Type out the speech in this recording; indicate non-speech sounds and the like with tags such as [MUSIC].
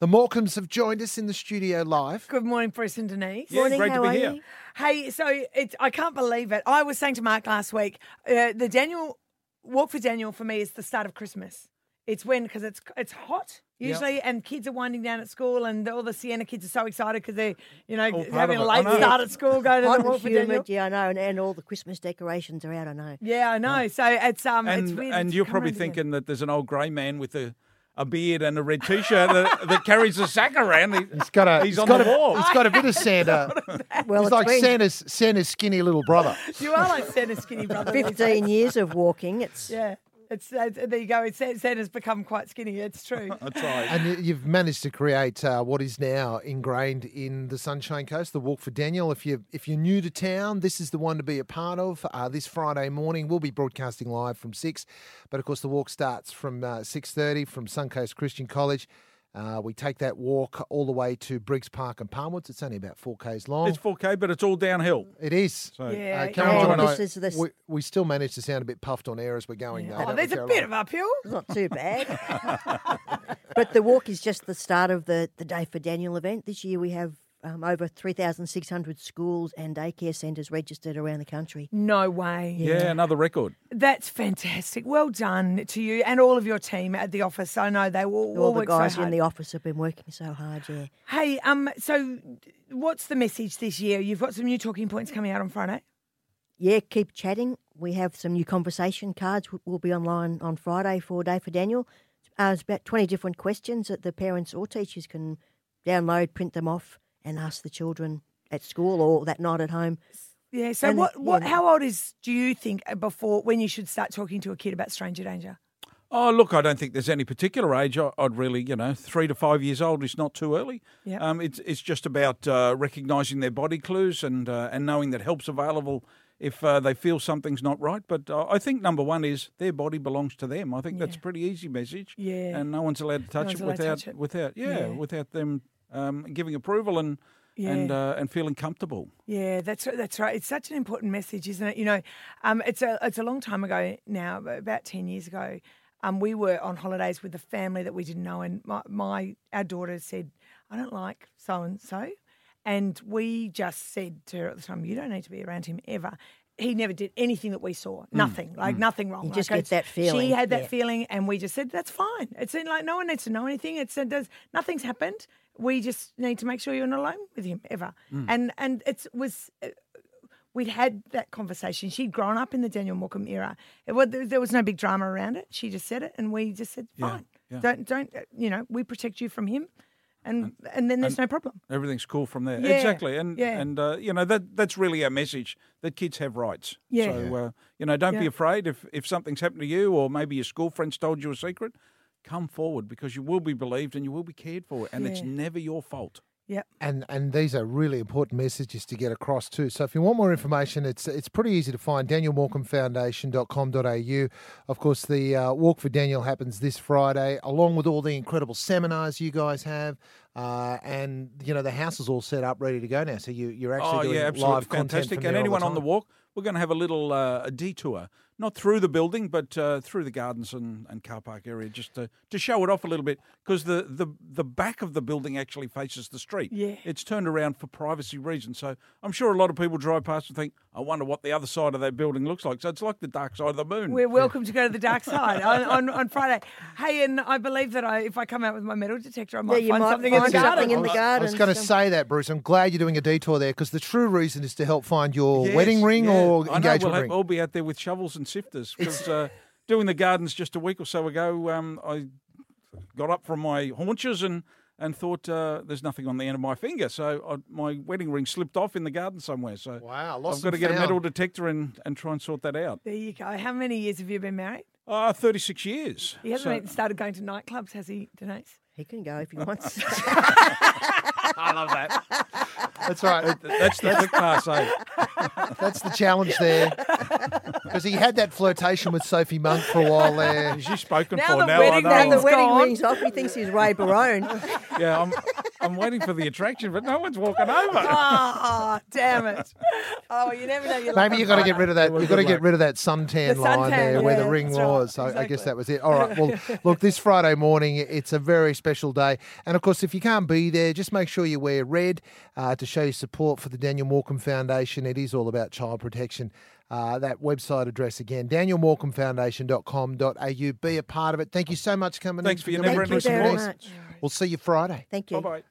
The Morecambes have joined us in the studio live. Good morning, Bruce and Denise. Yeah, Morning, great to how be are here. you? Hey, so it's, I can't believe it. I was saying to Mark last week, uh, the Daniel walk for Daniel for me is the start of Christmas. It's when because it's it's hot usually, and kids are winding down at school, and all the Sienna kids are so excited because they're you know part having of a it. I late know. start at school, going to Hot the walk and for Daniel. humid, yeah, I know, and, and all the Christmas decorations are out, I know. Yeah, I know. So it's um And it's weird. and it's you're come probably round again. thinking that there's an old grey man with a, a beard and a red T-shirt that, that carries a sack around. He- He's got a He's he's on got the a, wall. He's got a bit of [LAUGHS] Santa. Well, He's it's like been Santa's Santa's skinny little brother. you are like [LAUGHS] Santa's skinny brother. 15 years of walking. It's Yeah, it's uh, there. You go. It's, Santa's become quite skinny. It's true. [LAUGHS] [LAUGHS] That's right. [LAUGHS] And you- you've managed to create uh, what is now ingrained in the Sunshine Coast, the Walk for Daniel. If you if you're new to town, this is the one to be a part of. Uh, this Friday morning, we'll be broadcasting live from six, but of course the walk starts from uh, six thirty from Suncoast Christian College. Uh, we take that walk all the way to Briggs Park and Palmwoods. It's only about four k's long. It's 4K, but it's all downhill. It is. So Yeah, Oh, Uh, it Caroline is. and I- This is- this- We, we still manage to sound a bit puffed on air as we're going. though, Oh, don't there's we, Caroline? a bit of uphill. it's not too bad. but the walk is just the start of the, the Day for Daniel event. This year we have um, over 3,600 schools and daycare centres registered around the country. No way. yeah, another record. That's fantastic. Well done to you and all of your team at the office. I know they all, all All the work so guys in hard. the office have been working so hard, yeah. Hey, um, so what's the message this year? You've got some new talking points coming out on Friday. Yeah, keep chatting. We have some new conversation cards. w- will be online on Friday for Day for Daniel. Uh, it's about 20 different questions that the parents or teachers can download, print them off, and ask the children at school or that night at home. Yeah. So And- what? What? yeah. How old is do you think uh, before when you should start talking to a kid about stranger danger? Oh, look, I don't think there's any particular age. I, I'd really, you know, three to five years old is not too early. Yep. Um, it's it's just about uh, recognising their body clues and uh, and knowing that help's available if uh, they feel something's not right. But uh, I think number one is their body belongs to them. I think that's a pretty easy message. Yeah. And no one's allowed to touch one's it allowed to without touch it. without yeah, Yeah. without them um, giving approval and and Yeah. uh, and feeling comfortable. Yeah, that's right- that's right. It's such an important message, isn't it? You know, um, it's a it's a long time ago now, but about ten years ago. Um, we were on holidays with a family that we didn't know, and my, my our daughter said, "I don't like so and so," and we just said to her at the time, "You don't need to be around him ever." He never did anything that we saw. Nothing, like nothing wrong. Mm. You Like, just I- get that She feeling, had that yeah. feeling, and we just said that's fine. It's like no one needs to know anything. It's it does nothing's happened. We just need to make sure you're not alone with him ever. And and it was uh, we'd had that conversation. She'd grown up in the Daniel Morcombe era. It, wa- there there was no big drama around it. She just said it, and we just said, "Fine, yeah. don't, don't, uh, you know, we protect you from him, and and then there's no problem." Everything's cool from there. Yeah, Exactly. And yeah. and uh, you know that that's really our message that kids have rights. Yeah. So uh, you know, don't be Yeah. afraid if if something's happened to you or maybe your school friends told you a secret, come forward because you will be believed and you will be cared for and it's Yeah. never your fault. Yep. and and these are really important messages to get across too. So if you want more information, it's it's pretty easy to find danielmorcomfoundation.com.au. Of course, the uh, Walk for Daniel happens this Friday, along with all the incredible seminars you guys have, uh, and you know the house is all set up, ready to go now. So you you're actually oh doing yeah, absolutely live content fantastic. from and there all anyone on the time. walk, we're going to have a little uh, a detour, not through the building, but uh, through the gardens and, and car park area, just to, to show it off a little bit because the, the the back of the building actually faces the street. Yeah. it's turned around for privacy reasons. So I'm sure a lot of people drive past and think, I wonder what the other side of that building looks like. So it's like the dark side of the moon. We're welcome to go to the dark side on, on, on Friday. Hey, and I believe that I, if I come out with my metal detector, I might you find might something in find the garden. something in the I was- I was garden, going to so- say that, Bruce. I'm glad you're doing a detour there because the true reason is to help find your Yes, wedding ring yeah. or I know, engagement we'll have- ring. I'll be out there with shovels and sifters because uh, doing the gardens just a week or so ago, um, I got up from my haunches and and thought uh, there's nothing on the end of my finger, so I, my wedding ring slipped off in the garden somewhere. So Wow, lost I've got to and get a metal found. detector and and try and sort that out. There you go. How many years have you been married? Uh, 36 years. He hasn't So- even started going to nightclubs, has he, Denise? He can go if he wants. [LAUGHS] I love that. That's right. That's the quick pass, eh? That's the challenge [LAUGHS] there. Because he had that flirtation with Sophie Monk for a while there. She's spoken Now for the now. I wedding know. now the ring's I'm- wedding gone. rings off. He thinks he's Ray Barone. [LAUGHS] Oh, yeah, I'm, I'm waiting for the attraction, but no one's walking over. Ah, damn it. [LAUGHS] Oh, you never know. Your Maybe you've got to get rid of that. Well, You've got to good get luck. rid of that suntan The line suntan, there where the yeah, ring that's right, was. So I guess exactly. that was it. All right. [LAUGHS] Well, look, this Friday morning, it's a very special day. And of course, if you can't be there, just make sure you wear red uh, to show your support for the Daniel Morecambe Foundation. It is all about child protection. Uh, that website address again, danielmorecambefoundation.com.au. Be a part of it. Thank you so much for coming Thanks in. for your You're Thank never-ending you welcome. very support. much. We'll see you Friday. Thank you. Bye bye.